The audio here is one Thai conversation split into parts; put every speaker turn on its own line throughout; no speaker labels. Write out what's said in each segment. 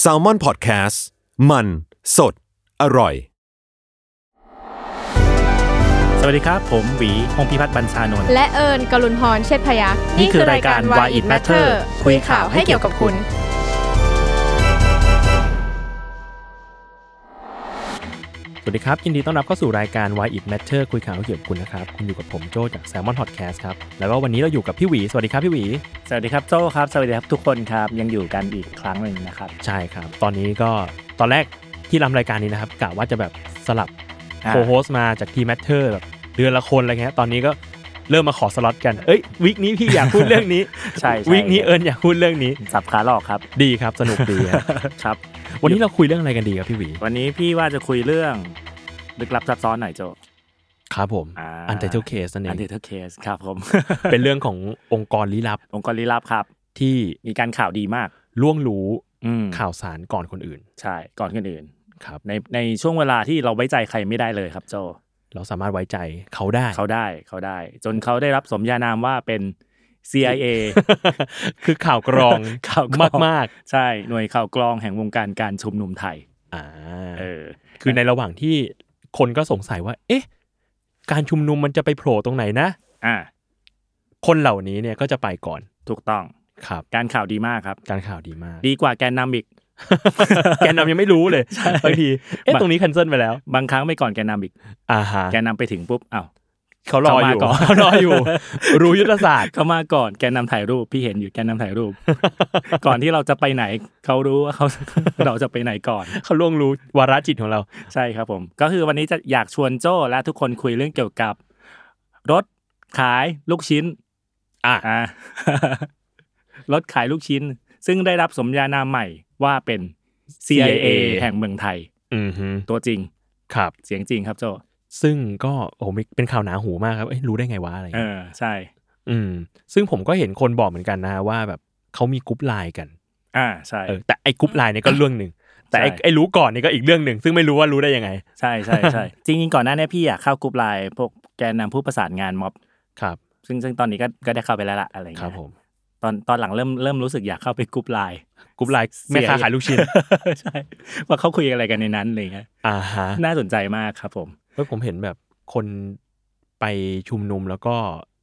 แซลมอนพอดแคสต์มันสดอร่อย
สวัสดีครับ ผมหวีพงพิพัฒน์บัญชานนท์
และเอิญกลุนพรเชษพยักษ์
นี่คือรายการ Why It Matter
คุยข่าวให้เกี่ยวกับคุณ
สวัสดีครับยินดีต้อนรับเข้าสู่รายการ Why It Matter คุยข่าวเกี่ยวกับคุณนะครับ คุณอยู่กับผมโจจาก Salmon Podcast ครับ แล้วก็วันนี้เราอยู่กับพี่หวี สวัสดีครับพี่หวี
สวัสดีครับโจ้ครับ สวัสดีครับทุกคนครับ ยังอยู่กันอีกครั้งหนึ่งนะครับ
ใช่ครับ ตอนนี้ก็ตอนแรกที่รำรายการนี้นะครับกะว่าจะแบบสลับ
อ่า
โคโฮสมาจากที Matter แบบเดือนละคนอะไรเงี้ยตอนนี้ก็เริ่มมาขอสล็อตกันเอ้ยวีคนี้พี่อยากพูดเรื่องนี้
ใช่ใช่
วีคนี้เอิญอยากพูดเรื่องนี้
สับขาหลอกครับ
ดีครับสนุกดี ครับ
ครับ
วันนี้เราคุยเรื่องอะไรกันดีครับพี่หวี
วันนี้พี่ว่าจะคุยเรื่องลึกลับซับซ้อนหน่อยโจ
ครับผม
อ่า
อันเทอร์เคสนั่นเอ
อัน
ง
เดอร์เคสครับผม
เป็นเรื่องขององค์กรลี้ลับ
องค์กรลี้ลับครับ
ที่
มีการข่าวดีมาก
ล่วงรู้
อืม
ข่าวสารก่อนคนอื่น
ใช่ก่อนคนอื่น
ครับ
ในในช่วงเวลาที่เราไว้ใจใครไม่ได้เลยครับโจ
เราสามารถไว้ใจเขาได้
เขาได้เขาได้ จนเขาได้รับสมญานามว่าเป็น CIA
คือข่าวกรอง
ข่าวกรอง
มาก
ใช่หน่วยข่าวกรองแห่งวงการการชุมนุมไทย
ๆอ่า
เออ
คือในระหว่างที่คนก็สงสัยว่า เอ๊ะ การชุมนุมมันจะไปโผล่ตรงไหนนะ
อ่ะ
คนเหล่านี้เนี่ยก็จะไปก่อน
ถูกต้อง
ครับ
การข่าวดีมากครับ
การข่าวดีมาก
ดีกว่าแกนนำอีก
แกนนำยังไม่รู้เลยบางที เอ๊ะ
บาง
ตรงนี้ c คนเซิลไปแล้ว
บางครั้งไปก่อนแกนนำอีก
อ่าฮะ
แกนนำไปถึงปุ๊บอ้าว
เขารออยู่
เขามาก่อน
เขารออยู่ รู้ยุทธศาสตร์
เขามาก่อนแกนนำถ่ายรูปพี่เห็นอยู่แกนนำถ่ายรูป ก่อนที่เราจะไปไหนเขารู้ว่าเขา เราจะไปไหนก่อน
เขาล่วงรู้วาระจิตของเรา
ใช่ครับผม ก็คือวันนี้จะอยากชวนโจ้และทุกคนคุยเรื่องเกี่ยวกับ รถขายลูกชิ้น
อ่ะ
อ่ะ รถขายลูกชิ้น ซึ่งได้รับสมญานามใหม่ว่าเป็น CIA แห่งเมืองไทย
อือฮึ
ตัวจริง
ครับ
เสียงจริงครับโจ้
ซึ่งก็โอ้โหมีเป็นข่าวหนาหูมากครับ เอ้ยรู้ได้ไงวะอะไรอย่าง
เอ
เงี้ย
อใช่
อืม ซึ่งผมก็เห็นคนบอกเหมือนกันนะว่าแบบเขามีกรุ๊ปไลน์กัน
อ่าใช่
เออแต่ไอ้กรุ๊ปไลน์เนี่ยก็เรื่องหนึ่ง แต่ไอ้
ใช่
ไอ้รู้ก่อนเนี่ยก็อีกเรื่องหนึ่ง ซึ่งไม่รู้ว่ารู้ได้ยังไง
ใช่ใช่ใช่ จริงๆก่อนหน้าเนี้พี่อยากเข้ากลุ่มไลน์พวกแกนนำผู้ประสานงานม็อบ
ครับ
ซึ่งซึ่งตอนนี้ก็ก็ได้เข้าไปแล้วล่ะอะไรอย่าง
ครั
เงี้
บ
ย
ผม
ตอนตอนหลังเริ่มเริ่มรู้สึกอยากเข้าไปกลุ่มไลน์
กรุ๊ปไลน์แม่ค้าขายลูกชิ้น
ใช่ ว่าเขาคุยอะไรกันในนั้นอะไรเงี้ย
อ่าฮะ
น่าสนใจมากครับผม
เฮ้ยผมเห็นแบบคนไปชุมนุมแล้วก็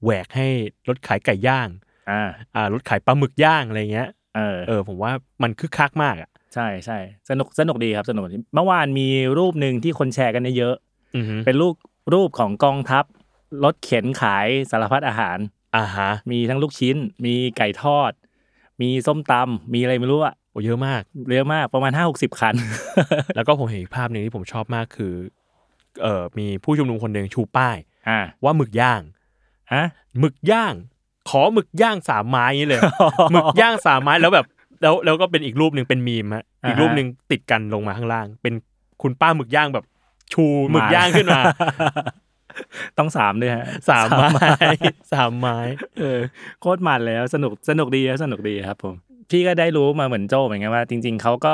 แหวกให้รถขายไก่ย่าง
อ่า
อ่ารถขายปลาหมึกย่างอะไรเงี้ย
เออ
เออผมว่ามันคึกคักมากอ่ะ
ใช่ใช่สนุกสนุกดีครับสนุกดีเมื่อวานมีรูปหนึ่งที่คนแชร์กันเยอะ
อือฮึ
ๆเป็นรูปรูปของกองทัพรถเข็นขายสารพัดอาหาร
อ่าฮะ
มีทั้งลูกชิ้น มีไก่ทอด มีส้มตำมีอะไรไม่รู้อะ
โอ้เยอะมาก
เยอะมากประมาณห้าหกสิบคัน
แล้วก็ผมเห็นอีกภาพหนึ่งที่ผมชอบมากคือ เออมีผู้ชุมนุมคนหนึ่งชูป้าย
อ่า
ว่าหมึกย่าง
ฮะ
หมึกย่าง ขอหมึกย่างสามไม้อย่างนี้เลย หมึกย่างสามไม้แล้วแบบแล้วแล้วก็เป็นอีกรูปหนึ่งเป็นมีมฮะ
อ่าฮะ
อีกรูปหนึ่งติดกันลงมาข้างล่าง เป็นคุณป้าหมึกย่างแบบชูหมึกย่างขึ้นมา
ต้องสามด้วยฮะ
สามไม้ สามไม้
เออโคตรมันแล้วสนุกสนุกดีครับสนุกดีครับผมพี่ก็ได้รู้มาเหมือนโจ้เหมือนกันว่า จริง ๆเขาก็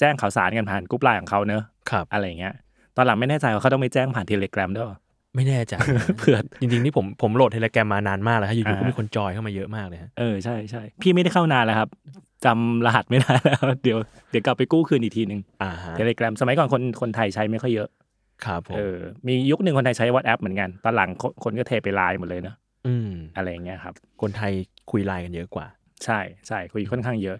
แจ้งข่าวสารกันผ่านกรุ๊ปไลน์ของเขาเนอะ
ครับ
อะไรอย่างเงี้ย ตอนหลังไม่แน่ใจว่าเขาต้องไปแจ้งผ่านเทเลกราด้วย
ไม่แน่ ใจ
เผื่อ
จริงๆนี่ผมผมโหลดเทเลแกรมมานานมากแล้วฮะอยู่
อ่า
ๆก็มีคนจอยเข้ามาเยอะมากเลยฮะ
เออใช่ใช่พี่ไม่ได้เข้านานแล้วครับจำรหัสไม่ได้แล้ว เดี๋ยวเดี๋ยวกลับไปกู้คืนอีกทีหนึ่ง
อ่าฮะ
เทเลกราสมัยก่อนคนคนไทยใช้ไม่ค่อยเยอะ
ครับผม
เออมียุคหนึ่งคนไทยใช้ WhatsApp เหมือนกันตอนหลังคนคนก็เทไปไลน์หมดเลยเนอะ
อืม
อะไรอย่างเงี้ยครับ
คนไทยคุยไลน์กันเยอะกว่า
ใช่ใช่คุยค่อนข้างเยอะ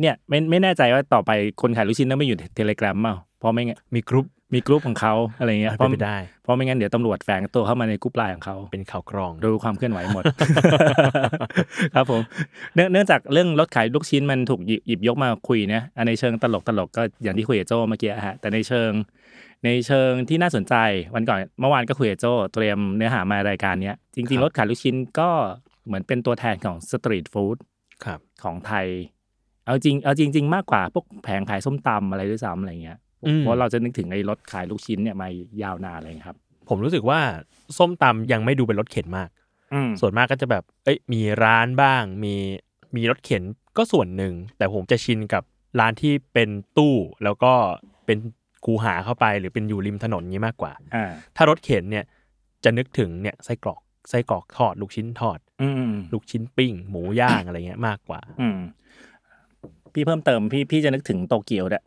เนี่ยไม่ไม่แน่ใจว่าต่อไปคนขายลูกชิ้นต้องไม่อยู่เทเลกราฟเปล่าเพราะไม่งั้น
มีกรุ๊ป
มีกรุ๊ปของเขาอะไรเงี้ยเพ
เป็
ราะ
นไปได้
เพราะไม่งั้นเดี๋ยวตำรวจแฝงตัวเข้ามาในกรุ๊ปไลน์ของเขา
เป็นข่าวกรอง
รู้ความเคลื่อนไหวหมด ครับผมเนื่องเนื่องจากเรื่องรถขายลูกชิ้นมันถูกหยิบหยิบยกมาคุยนะอ่ะในเชิงตลกตลกก็อย่างที่คุยกับโจเมื่อกี้อะฮะแต่ในเชิง ในเชิงที่น่าสนใจวันก่อนเมื่อวานก็คุยกับโจเตรียมเนื้อหามารายการเนี้ย
ค
จ
รั
ริง
บ
ๆรถขายลูกชิ้นก็เหมือนเป็นตัวแทนของสตรีทฟู้ด
ครับ
ของไทย เอาจริง เอาจริง ๆ มากกว่าพวกแผงขายส้มตำอะไรด้วยซ้ำอะไรเงี้ย
อืม
เพราะเราจะนึกถึงไอ้รถขายลูกชิ้นเนี่ยมายาวนานเลยครับ
ผมรู้สึกว่าส้มตำยังไม่ดูเป็นรถเข็นมาก
อืม
ส่วนมากก็จะแบบ เอ้ย มีร้านบ้าง มี มีรถเข็นก็ส่วนหนึ่ง แต่ผมจะชินกับร้านที่เป็นตู้ แล้วก็เป็นคูหาเข้าไป หรือเป็นอยู่ริมถนนงี้มากกว่า
อ่า
ถ้ารถเข็นเนี่ย จะนึกถึงเนี่ยไส้กรอก ไส้กรอกทอด ลูกชิ้นทอด
อืมอืม
ลูกชิ้นปิ้ง หมูย่างอะไรเงี้ยมากกว่า
อืม พี่เพิ่มเติมพี่พี่จะนึกถึงโตเกียวแหละ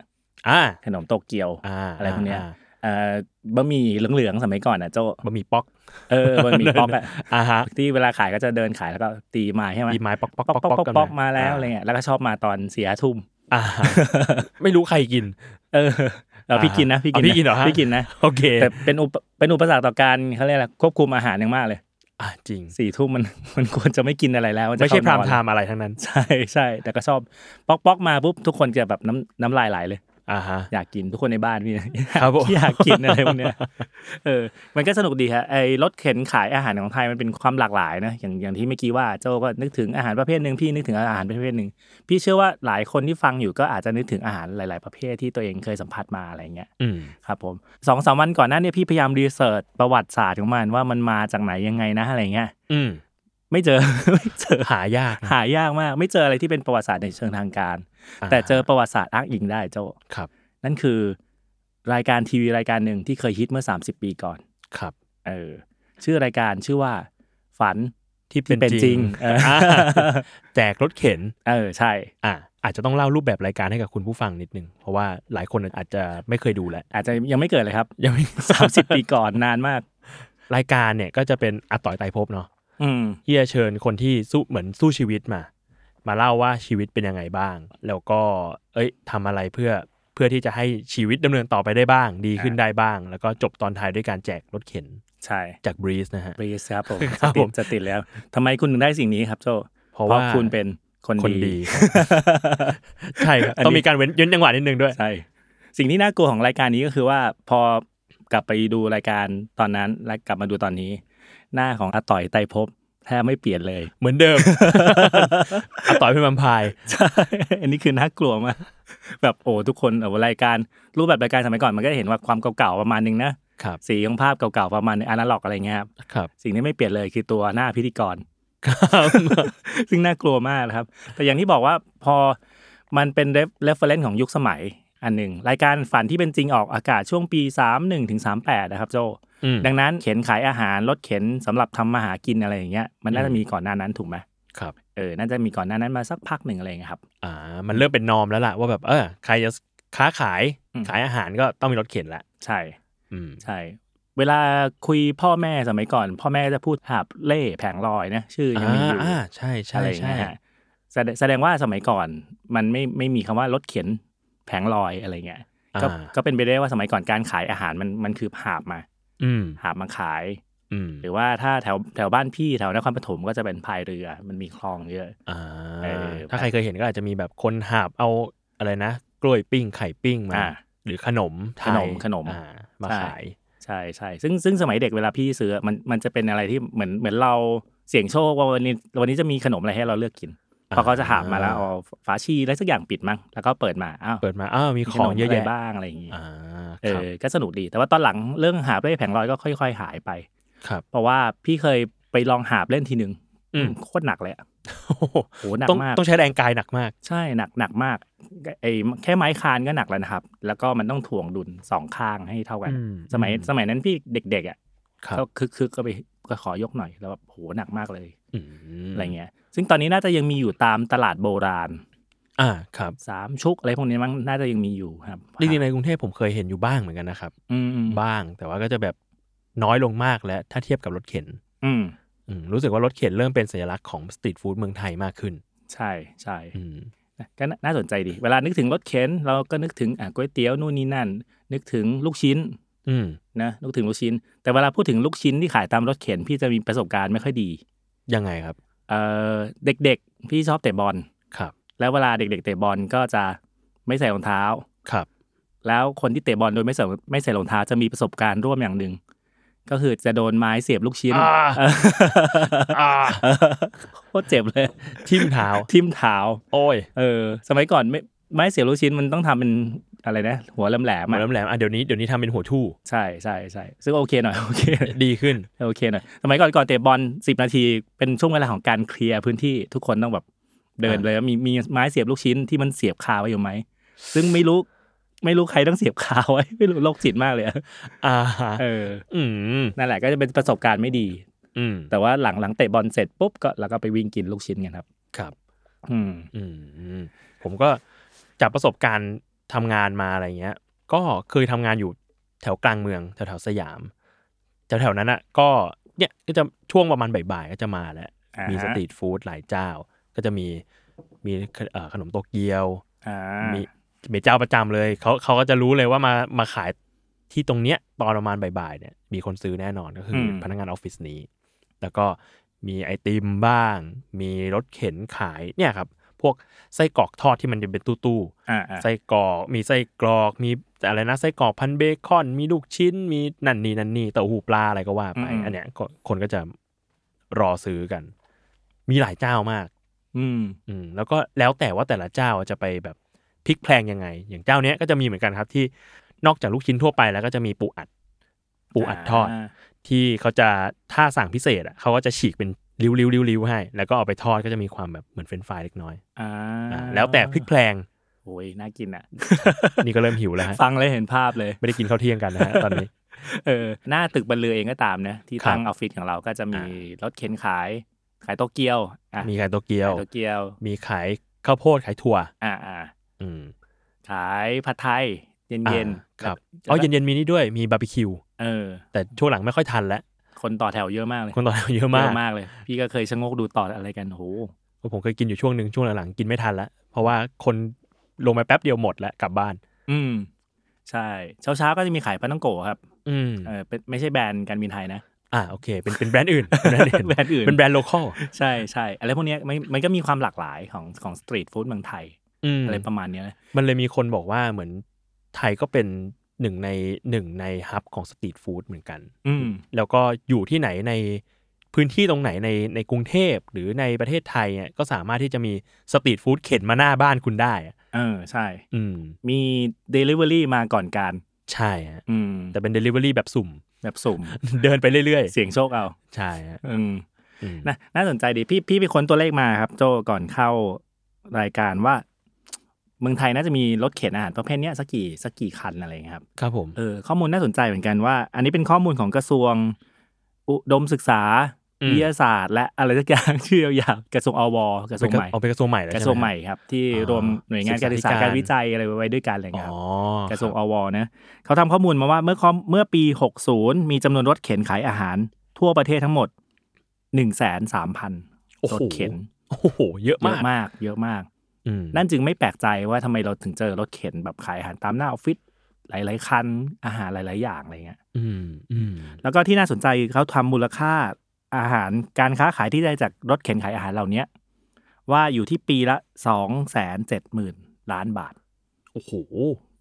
อ่า
ขนมโตเกียว
อ่า
อะไรพวกเนี้ย
า
เอ่อบะหมี่เหลืองๆสมัยก่อนอ่ะโจ
บะหมี่ป๊อก
เออบะหมี่ป๊อป อ่ะ
อ่าฮะ
ที่เวลาขายก็จะเดินขายแล้วก็ตีไม้ใช่ไหม
มีไม้ป๊อกป๊อก
ป๊อก
ป๊อก
ป๊อก
ป๊อกั
ป๊อก ก
น
ป๊อกมาแล้วอะไรเงี้ยแล้วก็ชอบมาตอนสี่ห้า ทุ่ม
อ่าไม่รู้ใครกิน
เออเราพี่กินนะพี่กิน
อ่ะพี่กินเหรอฮะ
พี่กินนะ
โอเค
แต่เป็นอุปเป็นอุปสรรคต่อการเขาเรียกอะไรควบคุมอาหารอย่างมากเลย
อ่าจริง
สี่ทุ่มมัน มันควรจะไม่กินอะไรแล้วนจะ
ไม่ใช่พ
เข้
ราม
นอน
ไทามอะไรทั้งนั้น
ใช่ใช่แต่ก็ชอบป๊อกป๊อกมาปุ๊บทุกคนจะแบบน้ำน้ำลายไหลเลย
อ่าฮะ
อยากกินทุกคนในบ้านพี่
ครับผม
อยากกินอะไรพวกเนี้ยเออ มันก็สนุกดีฮะไอ้รถเข็นขายอาหารของไทยมันเป็นความหลากหลายนะอย่างอย่างที่เมื่อกี้ว่าโจก็นึกถึงอาหารประเภทหนึ่งพี่นึกถึงอาหารประเภทหนึ่งพี่เชื่อว่าหลายคนที่ฟังอยู่ก็อาจจะนึกถึงอาหารหลาย ๆ ประเภทที่ตัวเองเคยสัมผัสมาอะไรเงี้ย
อืม
ครับผมสองสามวันก่อนหน้าเนี่ยพี่พยายามรีเสิร์ชประวัติศาสตร์ของมันว่ามันมาจากไหนยังไงนะอะไรเงี้ย
อืม
ไม่เจอ ไม่เจอ
หายากนะ
หายากมาก ไม่เจออะไรที่เป็นประวัติศาสตร์ในเชิงทางการ
า
แต่เจอประวัติศาสตร์อ้างอิงได้เจ้า
ครับ
นั่นคือ รายการทีวีรายการหนึ่งที่เคยฮิตเมื่อ 30 ปีก่อน
ครับ
เออชื่อรายการชื่อว่า ฝัน
ที่เป็น
ที่เป็น
จ
จริ
ริง
งเออ
อ่า แจกรถเข็น
เออใช่
อ่ะอาจจะต้องเล่ารูปแบบรายการให้กับคุณผู้ฟังนิดนึง เพราะว่าหลายคนอาจจะไม่เคยดูแหละ
อาจจะยังไม่เกิดเลยครับ
ยังไม่
30 ปีก่อนนานมาก
รายการเนี่ยก็จะเป็นอาต่อยไตรภพเนาะ
อืม
ที่จะเชิญคนที่สู้เหมือนสู้ชีวิตมา มาเล่าว่าชีวิตเป็นยังไงบ้าง แล้วก็เอ้ยทำอะไรเพื่อเพื่อที่จะให้ชีวิตดำเนินต่อไปได้บ้าง ดีขึ้นได้บ้าง แล้วก็จบตอนท้ายด้วยการแจกรถเข็น
ใช่
จากบรีสนะฮะ
บรีสครับผม
ครับผม
จะติดจะติดแล้วทำไมคุณถึงได้สิ่งนี้ครับโจ
เพราะว่า
คุณเป็นคน
คน
ดี
ดี ใช่ครับ
อันนี้
ต้องมีการเว้นเว้นจังหวะนิดนึงด้วย
ใช่ สิ่งที่น่ากลัวของรายการนี้ก็คือว่าพอกลับไปดูรายการตอนนั้นและกลับมาดูตอนนี้ หน้าของอาต่อยไตรภพแทบไม่เปลี่ยนเลย
เหมือนเดิ ม อาต่อยเป็นแวมไพาย
ใช่ อันนี้คือน่ากลัวมากแบบโอ้ทุกคนเออรายการรูปแบบรายการสมัยก่อนมันก็จะเห็นว่าความเก่าๆประมาณนึงนะครับ สีของภาพเก่าๆประมาณนึงอนาล็อกอะไรเงี้ยครับ
ครับ
สิ่งที่ไม่เปลี่ยนเลยคือตัวหน้าพิธีกร
ครับ
ซึ่งน่ากลัวมากนะครับ แต่อย่างที่บอกว่าพอมันเป็นเรฟเฟรนซ์ของยุคสมัยอันหนึ่ง รายการฝันที่เป็นจริงออกอากาศช่วงปี 31ถึง38 นะครับโจ
อืม
ดังนั้นเข็นขายอาหารรถเข็นสำหรับทำมาหากินอะไรอย่างเงี้ยมันน่าจะมีก่อนหน้านั้นถูกไหม
ครับ
เออน่าจะมีก่อนหน้านั้นมาสักพักหนึ่งอะไรอย่างเงี้ยครับ
อ่า มันเริ่มเป็นนอมแล้วล่ะ ว่าแบบ เออ ใครจะค้าขาย
อืม
ขายอาหารก็ต้องมีรถเข็นละ
ใช่
อืม
ใช่ เวลาคุยพ่อแม่สมัยก่อน พ่อแม่จะพูดหาบเล่แผงลอยนะชื่อยังมีอยู่
อ่าใช่ใช่
อะไรอย่าง
ใช่
เงี้ยฮะแสดงแสดงว่าสมัยก่อนมันไม่ไม่มีคำว่ารถเข็นแผงลอยอะไรเงี้ยก็
อ่า
ก็เป็นไปได้ว่าสมัยก่อนการขายอาหารมันมันคือหาบมา
อืม
หาบมาขาย
อืม
หรือว่าถ้าแถวแถวบ้านพี่แถวนครปฐมก็จะเป็นพายเรือ มันมีคลองเยอะ
อ่า
เออ
ถ้าใครเคยเห็นก็อาจจะมีแบบคนหาบเอาอะไรนะ กล้วยปิ้งไข่ปิ้งมา
อ่า
หรือขนมไท
ข
ย
นมขนม
อ่า มา
ใช่
ขาย
ใช่ใช่ซึ่งซึ่งสมัยเด็กเวลาพี่ซื้อมันมันจะเป็นอะไรที่เหมือนเหมือนเราเสี่ยงโชคว่าวันนี้วันนี้จะมีขนมอะไรให้เราเลือกกินพอเขาจะหาบมาแล้วเอาฝาชีอะไรสักอย่างปิดมั้งแล้วก็เปิดมาอ้าว
เปิดมา อ้าว มี
มี
ข
ข
อน ง
ม
เยอะ
ไร
แยะ
บ้างอะไรอย่างงี้
อ่า
เอ
ครับ
อ ก็สนุกดี แต่ว่าตอนหลังเรื่องหาบเล่แผงลอยก็ค่อยๆ หายไป
ครับ
เพราะว่าพี่เคยไปลองหาบเล่นทีหนึ่ง
อืม
โคตรหนักเลยอะ
โอ้โห
โหหนัก
ต้อง
มาก
ต้องใช้แรงกายหนักมาก
ใช่ หนักหนักมาก ไอ้แค่ไม้คานก็หนักแล้วนะครับ แล้วก็มันต้องถ่วงดุลสองข้างให้เท่ากัน
อืม
สมัย
อืม
สมัยนั้นพี่เด็กๆอ่ะ
ครับ
ก็คึกๆก็ไปก็ขอยกหน่อย แล้วแบบโหหนักมากเลย
อืม
อะไรเงี้ย ซึ่งตอนนี้น่าจะยังมีอยู่ตามตลาดโบราณ
อ่า ครับ
สามชุกอะไรพวกนี้มั้ง น่าจะยังมีอยู่ครับ
จริงๆในกรุงเทพผมเคยเห็นอยู่บ้างเหมือนกันนะครับ
อืมอืม
บ้าง แต่ว่าก็จะแบบน้อยลงมากแล้ว ถ้าเทียบกับรถเข็น
อืม
อืมรู้สึกว่ารถเข็นเริ่มเป็นสัญลักษณ์ของสตรีทฟู้ดเมืองไทยมากขึ้น
ใช่ใช่
อืม
นะก็น่าน่าสนใจดี เวลานึกถึงรถเข็นเราก็นึกถึงอ่ะก๋วยเตี๋ยวนู่นนี่นั่น นึกถึงลูกชิ้น
อืม
นะนึกถึงลูกชิ้น แต่เวลาพูดถึงลูกชิ้นที่ขายตามรถเข็นพี่จะมีประสบการณ์ไม่ค่อยดี
ยังไงครับ
เอ่อเด็กๆ พี่ชอบเตะบอล
ครับ
แล้วเวลาเด็ก ๆ เตะบอลก็จะไม่ใส่รองเท้า
ครับ
แล้วคนที่เตะบอลโดยไม่ใส่ไม่ใส่รองเท้าจะมีประสบการณ์ร่วมอย่างหนึ่งก็คือจะโดนไม้เสียบลูกชิ้น
อ่า
เออ โคตรเจ็บเลย
ทิ่มเท้า
ทิ่มเท้า
โอ้ย
เออสมัยก่อนไม่ไม้เสียบลูกชิ้นมันต้องทำเป็นอะไรนะ หัวแหลมๆ
มา
อะ
แหลมๆอ่ะเดี๋ยวนี้เดี๋ยวนี้ทำเป็นหัวทู่
ใช่ใช่ใช่ซึ่งโอเคหน่อย โอเค
ดีขึ้น
โอเคหน่อยสมัยก่อนก่อนเตะบอลสิบนาทีเป็นช่วงเวลาของการเคลียร์พื้นที่ทุกคนต้องแบบเดิน
อ่า
เลยมีมีไม้เสียบลูกชิ้นที่มันเสียบคาไว้อยู่ไหมซึ่งไม่รู้ไม่รู้ใครต้องเสียบคาไว้ ไม่รู้โรคจิตมากเลยอะ
อ่าฮะ
เออ
อืม
นั่นแหละก็จะเป็นประสบการณ์ไม่ดี
อืม
แต่ว่าหลังหลังเตะบอลเสร็จปุ๊บก็เราก็ไปวิ่งกินลูกชิ้นกันครับ
ครับ
อืม
อืม ผมก็ จากประสบการณ์ทำงานมาอะไรเงี้ย ก็เคยทำงานอยู่แถวกลางเมืองแถวแถวๆสยาม แถวแถวๆนั้นอ่ะก็เนี่ยก็จะช่วงประมาณบ่ายๆก็จะมาแล้ว
อ่าฮะ
มีสตรีทฟู้ดหลายเจ้า ก็จะมีมีเอ่อขนมโตเกียว
อ่า
มีมีเจ้าประจำเลยเขาเขาก็จะรู้เลยว่ามามาขายที่ตรงเนี้ยตอนประมาณบ่ายๆเนี่ยมีคนซื้อแน่นอนก็คืออ
ม
พนักงานออฟฟิศนี้ แล้วก็มีไอติมบ้าง มีรถเข็นขายเนี่ยครับ พวกไส้กรอกทอดที่มันจะเป็นตู้
อ่าอ่า
ๆไส้กรอกมีไส้กรอกมีอะไรนะไส้กรอกพันเบคอน มีลูกชิ้น มีนั่นนี่นั่นนี่เต้าหู้ปลาอะไรก็ว่าไปอันเนี้ยก็คนก็จะรอซื้อกัน มีหลายเจ้ามาก
อืม
อืมแล้วก็แล้วแต่ว่าแต่ละเจ้าจะไปแบบพลิกแพลงยังไง อย่างเจ้าเนี้ยก็จะมีเหมือนกันครับที่นอกจากลูกชิ้นทั่วไปแล้วก็จะมีปูอัด ปูอัดทอด ที่เขาจะถ้าสั่งพิเศษอะเขาก็จะฉีกเป็นริ้วๆริ้วๆให้ แล้วก็เอาไปทอดก็จะมีความแบบเหมือนเฟรนช์ฟรายเล็กน้อย
อ่า
อ่าแล้วแต่พลิกแพลง
โอ้ยน่ากินอ่ะ
นี่ก็เริ่มหิวแล้วฮะ
ฟังเลยเห็นภาพเลย
ไม่ได้กินข้าวเที่ยงกันนะ ฮะตอนนี้
เออหน้าตึกบรรลือเองก็ตามนะ ที่
ครับ
ตั้งออฟฟิศของเราก็จะมี
อ่
รถเข็นขาย ขายโตเกียวอ่ะ
มีขายโตเกียว
ขายโตเกียว
มีขายข้าวโพดขายถั่ว
อ่าอ่า
อืม
ขายผัดไทย เย็นเย็น
อ่าครับอ๋อเย็นๆมีนี่ด้วยมีบาร์บีคิว
เออ
แต่ช่วงหลังไม่ค่อยทันแล้ว
คนต่อแถวเยอะมากเลย
คนต่อแถวเยอะมาก
เลย พี่ก็เคยชะโงกดูต่ออะไรกันโห
ผมเคยกินอยู่ช่วงหนึ่งช่วงหลังๆกินไม่ทันแล้ว เพราะว่าคนลงไปแป๊บเดียวหมดแล้วกลับบ้าน
อืม ใช่เช้าเช้าๆก็จะมีขายปลาต้องโกะครับ
อืม
เออเป็นไม่ใช่แบรนด์การบินไทยนะ
อ่าโอเค เป็นเป็นแบรนด์ อื่นเป็นแบรนด์อื่น
แบรนด์อื่น
เป็นแบรนด์โลคอล
ใช่ใช่อะไรพวกเนี้ยมันมันก็มีความหลากหลายของของสตรีทฟู้ดเมืองไทย
อืม
อะไรประมาณเนี้ยนะ
มันเลยมีคนบอกว่าเหมือนไทยก็เป็นหนึ่งในหนึ่งในฮับของสตรีทฟู้ดเหมือนกัน
อืม
แล้วก็อยู่ที่ไหนในพื้นที่ตรงไหนในในกรุงเทพหรือในประเทศไทยเนี่ยก็สามารถที่จะมีสตรีทฟู้ดเข็นมาหน้าบ้านคุณได้อะ
เออใช่
อืม
มี Delivery มาก่อนการ
ใช่ฮะ
อืม
แต่เป็น Delivery แบบสุ่ม
แบบสุ่ม
เดินไปเรื่อย
เสียงโชคเอา
ๆ ใช่ฮะ
อืม
อืม
นะน่าสนใจดีพี่พี่ไปค้นตัวเลขมาครับ โจก่อนเข้ารายการว่า เมืองไทยน่าจะมีรถเข็นอาหารประเภทเนี้ยสักกี่สักกี่คันอะไรอย่างเงี้ยครับ
ครับผม
เออข้อมูลน่าสนใจเหมือนกันว่า อันนี้เป็นข้อมูลของกระทรวง อุดมศึกษา
อืม
วิทยาศาสตร์ และอะไรสักอย่าง ชื่อยาวๆกระทรวงอวกระทรวงใหม่
เอาเป็นกระทรวงใหม่แล้ว
ก
ใช่
ระ
ไฮ
ทรวงใหม่ครับ ที่
อ๋อ
รวมหน่วยงานการศึกษา
ศึกษาธิการ
การวิจัยอะไรไว้ด้วยกันอะไรอย่าง
อ๋
เงี้ยครับ
อก
ระทรวง
คบ
อวนะเขาทำข้อมูลมาว่าเมื่อข้อเมื่อปี 60 มีจำนวนรถเข็นขายอาหาร ทั่วประเทศทั้งหมด 1 3 0 0 0
โอ้
ร
โห
ถเข็น
โอ้โห เยอะ
เย
มาก
อะมากเยอะมาก
อืม
นั่นจึงไม่แปลกใจว่าทำไมเราถึงเจอรถเข็นแบบขายอาหารตามหน้าออฟฟิศหลาย ๆ คัน อาหารหลาย ๆ อย่างอะไรเงี้ย
อืมอืม
แล้วก็ที่น่าสนใจคือเขาทำมูลค่าอาหารการค้าขายที่ได้จากรถเข็นขายอาหารเหล่าเนี้ยว่าอยู่ที่ปีละ2 7 0 0 0 0ล้านบาท
โอ้โห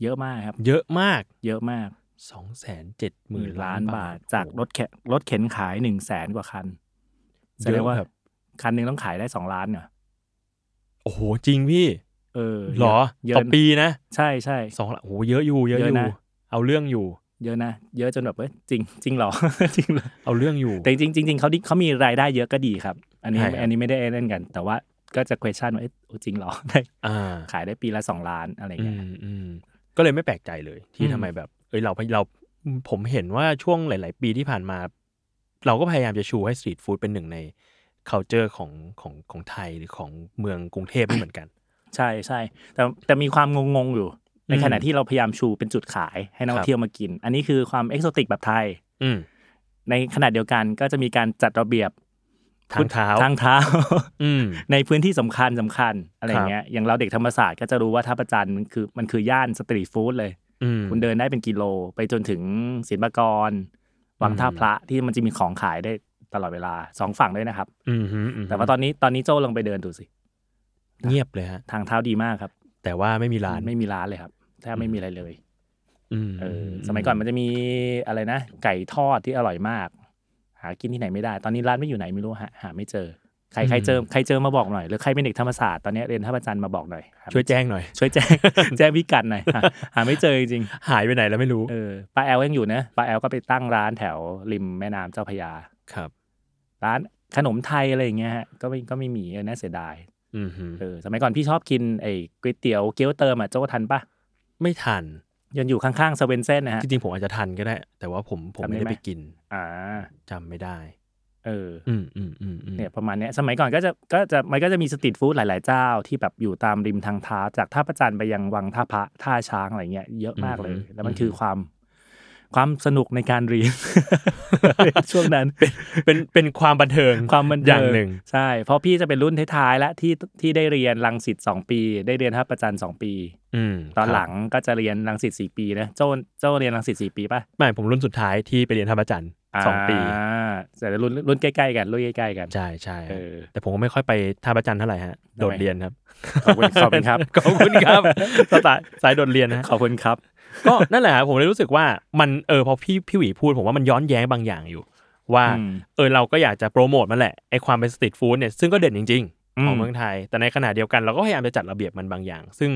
เยอะมากครับ
เยอะมาก
เยอะมาก
สองแสนเจ็ดห
ห
มื่น
มื่น
ล้า
ล้าน น
บา
บา
ท
ท จากรถแครถเข็นขายหนึ่งแสนกว่าคันแส
เย
ดง
อะ
ว่า
แบบ
คันหนึ่งต้องขายได้สองล้านเนอะ
โอ้โห จริงพี่
เออ
หรอ
เยอะ
ต่อปีนะ
ใช่ใช่
สองละโอ้โหเยอะอยู่เยอะอ
เย
ยู่
อะนะ
เอาเรื่องอยู่
เยอะนะ เยอะจนแบบเอ้ยจริงจริงเหรอ จริงเหรอ
เอาเรื่องอยู่
แต่จริงจริงจริงเขาดิเขามีรายได้เยอะก็ดีครับ อันนี้
ใช่ครับ
อันนี้ไม่ได้เล่นกัน แต่ว่าก็จะ question ว่าเอ้ยจริงเหรอ ได้
อ่า
ขายได้ปีละสองล้านอะไร
อื
เงี้ย
มอืมก็เลยไม่แปลกใจเลย ที่
อืม
ทำไมแบบ เอ้ยเราเราผมเห็นว่าช่วงหลาย ๆ ปีที่ผ่านมา เราก็พยายามจะชูให้สตรีทฟู้ดเป็นหนึ่งใน culture ของของของไทยหรือของเมืองกรุงเทพไม่เหมือนกัน
ใช่ใช่แต่แต่มีความงงๆอยู่ ใน
อืม
ขณะที่เราพยายามชูเป็นจุดขายให้นัก
ครับ
เที่ยวมากิน อันนี้คือความเอกโซติกแบบไทย
อืม
ในขณะเดียวกันก็จะมีการจัดระเบียบ
ทางเท้า
ทางเท้า
อืม
ในพื้นที่สำคัญสำคัญอะไร
ครับ
เงี้ยอย่างเราเด็กธรรมศาสตร์ก็จะรู้ว่าท่าประจันมันคือมันคือย่านสตรีทฟู้ดเลย
อืม
คุณเดินได้เป็นกิโล ไปจนถึงศิลปากร วังท่าพระที่มันจะมีของขายได้ตลอดเวลาสองฝั่งด้วยนะครับ
อืมฮึมฮึ
แต่ว่าตอนนี้ตอนนี้โจ้ลองไปเดินดูสิ
เงียบเลยฮะ
ทางเท้าดีมากครับ
แต่ว่าไม่มีร้าน
ไม่มีร้านเลยครับแทบไม่มีอะไรเลย
อืม
เอออสมัยก่อนมันจะมีอะไรนะ ไก่ทอดที่อร่อยมาก หากินที่ไหนไม่ได้ ตอนนี้ร้านไม่อยู่ไหนไม่รู้หาหาไม่เจอ ใครใครเจอใครเจอมาบอกหน่อยหรือใครเป็นเด็กธรรมศาสตร์ตอนนี้เรียนท่าประจันมาบอกหน่อยหาไม่เจอ
ช่วยแจ้งหน่อย
ช่วยแจ้ง แจ้งพิกัดหน่อยหาหาไม่เจอจริง
หายไปไหนแล้วไม่รู้
ๆเออป้าแอลยังอยู่นะป้าแอลก็ไปตั้งร้านแถวริมแม่น้ำเจ้าพระยา
ครับ
ร้านขนมไทยอะไรอย่างเงี้ยฮะก็ไม่ก็ไม่มีเออน่าเสียดาย
อืมฮึ
เออสมัยก่อนพี่ชอบกินไอ้ก๋วยเตี๋ยวเกี๊ยวเติมอ่ะโจ้ทันปะ
ไม่ทัน
ยันอยู่ข้างๆสเวนเซ่นนะฮะ
จริงๆผมอาจจะทันก็ได้ แต่ว่าผมผม
จำได้
ไม่ได้
ไหม
ไปกิน
อ่า
จำไม่ได้
เออ
อืมอืมอืมอืม
เนี่ยประมาณเนี้ยสมัยก่อนก็จะก็จะมันก็จะมีสตรีทฟู้ดหลาย ๆ เจ้าที่แบบอยู่ตามริมทางเท้าจากท่าประจันไปยังวังท่าพระท่าช้างอะไรเงี้ยเยอะมากเลย แล้วมันคือความความสนุกในการเรียน ช่วงนั้น
เป็นเป็นความบันเทิง
ความบันเทิ
อย่างหนึ่ง
ใช่ เพราะพี่จะเป็นรุ่นท้ายๆแล้วที่ที่ได้เรียนรังสิตสองปี ได้เรียนท่าประจันสองปี
อืม
ตอน
ครับ
หลังก็จะเรียนรังสิตสี่ปีนะโจโจเรียนรังสิตสี่ปีป่ะ
ไม่ผมรุ่นสุดท้ายที่ไปเรียนธรรมจันทร์สองปี
าแต่รุ่นรุ่นใกล้ๆกันรุ่นใกล้ๆกัน
ใช่ใช่
เออ
แต่ผมก็ไม่ค่อยไปท่าประจันทร์เท่าไหร่ฮะ
ทำไม
โดดเรียนครับ
ขอบคุณขอบคุณครับ
ขอบคุณ ครับสไตล์สายโดดเรียนนะฮะ
ขอบคุณครับ
ก็นั่นแหละครับผมเลยรู้สึกว่ามันเออพอพี่พี่หวีพูดผมว่ามันย้อนแย้งบางอย่างอยู่ ว่า
อืม
เออเราก็อยากจะโปรโมทมันแหละไอความเป็นสตรีทฟู้ดเนี่ยซึ่งก็เด่นจริง
อื
ๆ
ม
ของเมืองไทย แต่ในขณะเดียวกันเราก็พยายามจะจัดระเบียบมันบางอย่าง ซึ่ง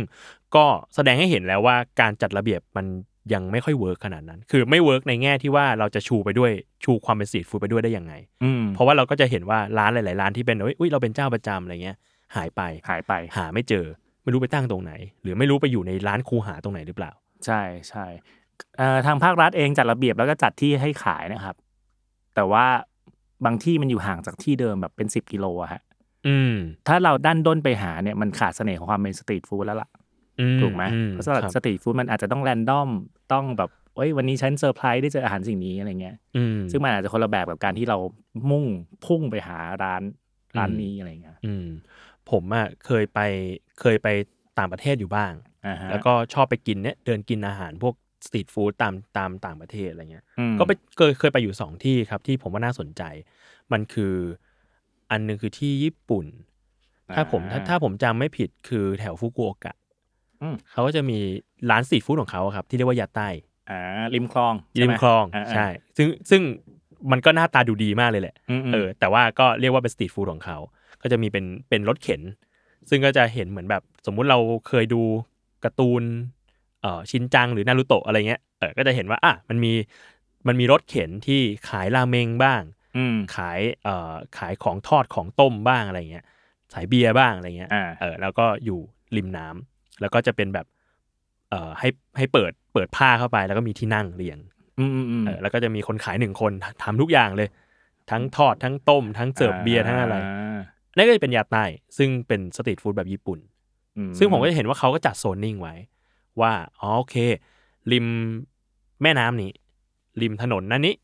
ก็แสดงให้เห็นแล้วว่าการจัดระเบียบมันยังไม่ค่อยเวิร์กขนาดนั้น คือไม่เวิร์กในแง่ที่ว่าเราจะชูไปด้วยชูความเป็นสตรีทฟู้ดไปด้วยได้ยังไง
อืม
เพราะว่าเราก็จะเห็นว่าร้านหลายๆร้านที่เป็นเอ้ยอุ๊ยเราเป็นเจ้าประจำอะไรเงี้ยหายไป
หายไป
หาไม่เจอ ไม่รู้ไปตั้งตรงไหน หรือไม่รู้ไปอยู่ในร้านคูหาตรงไหนหรือเปล่า
ใช่ใช่เอ่อทางภาครัฐเองจัดระเบียบแล้วก็จัดที่ให้ขายนะครับ แต่ว่าบางที่มันอยู่ห่างจากที่เดิมแบบเป็นสิบกิโลอะฮะ
อืม
ถ้าเราดันด้นไปหาเนี่ยมันขาดเสน่ห์ของความเป็นสตรีทฟู้ดแล้วล่ะ ถูกไหมเพราะสำหรับ
ครับ
สตรีทฟู้ดมันอาจจะต้องแรนดอมต้องแบบเอ้ยวันนี้ฉันเซอร์ไพรส์ได้เจออาหารสิ่งนี้อะไรเงี้ย
อืม
ซึ่งมันอาจจะคนละแบบกับการที่เรามุ่งพุ่งไปหาร้านร้าน
อืม
นี้อะไรเงี้ย
อืมผมอ่ะเคยไปเคยไปต่างประเทศอยู่บ้าง
อ่าฮะ
แล้วก็ชอบไปกินเนี่ยเดินกินอาหารพวกสตรีทฟู้ดตามตามต่างประเทศอะไรเงี้ย
อืม
ก็ไปเคยเคยไปอยู่สองที่ครับที่ผมว่าน่าสนใจ มันคืออันหนึงคือที่ญี่ปุ่น ถ้าผมถ้าถ้าผมจำไม่ผิดคือแถวฟุกุโอกะ
อืม
เขาก็จะมีร้านสตรีทฟู้ดของเขาอะครับที่เรียกว่ายาใต้
อ่าริมคลองใช่
ริ
ไห
มคลอง
าๆ
ใช่ซึ่งซึ่งมันก็หน้าตาดูดีมากเลยแหละ
มๆ
เออแต่ว่าก็เรียกว่าเป็นสตรีทฟู้ดของเขา ก็จะมีเป็นเป็นรถเข็น ซึ่งก็จะเห็นเหมือนแบบสมมุติเราเคยดูการ์ตูนเอ่อชินจังหรือนารูโตะอะไรเงี้ยเออก็จะเห็นว่าอ่ะมันมีมันมีรถเข็นที่ขายราเมงบ้าง
อืม
ขายเอ่อขายของทอดของต้มบ้างอะไรเงี้ยสายเบียร์บ้างอะไรเงี้ย
อ่า
เออแล้วก็อยู่ริมน้ำแล้วก็จะเป็นแบบเอ่อให้ให้เปิดเปิดผ้าเข้าไปแล้วก็มีที่นั่งเรียง
อืมอืม
เออแล้วก็จะมีคนขายหนึ่งคนทำทุกอย่างเลย ทั้งทอดทั้งต้ม ทั้งเสิร์ฟเบียร์ทั้งอะไร
า
นั่นก็จะเป็นยาใต้ซึ่งเป็นสตรีทฟู้ดแบบญี่ปุ่น
อื
ซึ่งผมก็จะเห็นว่าเขาก็จัดโซนนิ่งไว้ ว่าอ๋อโอเค ริมแม่น้ำนี้ ริมถนนนั่นนี้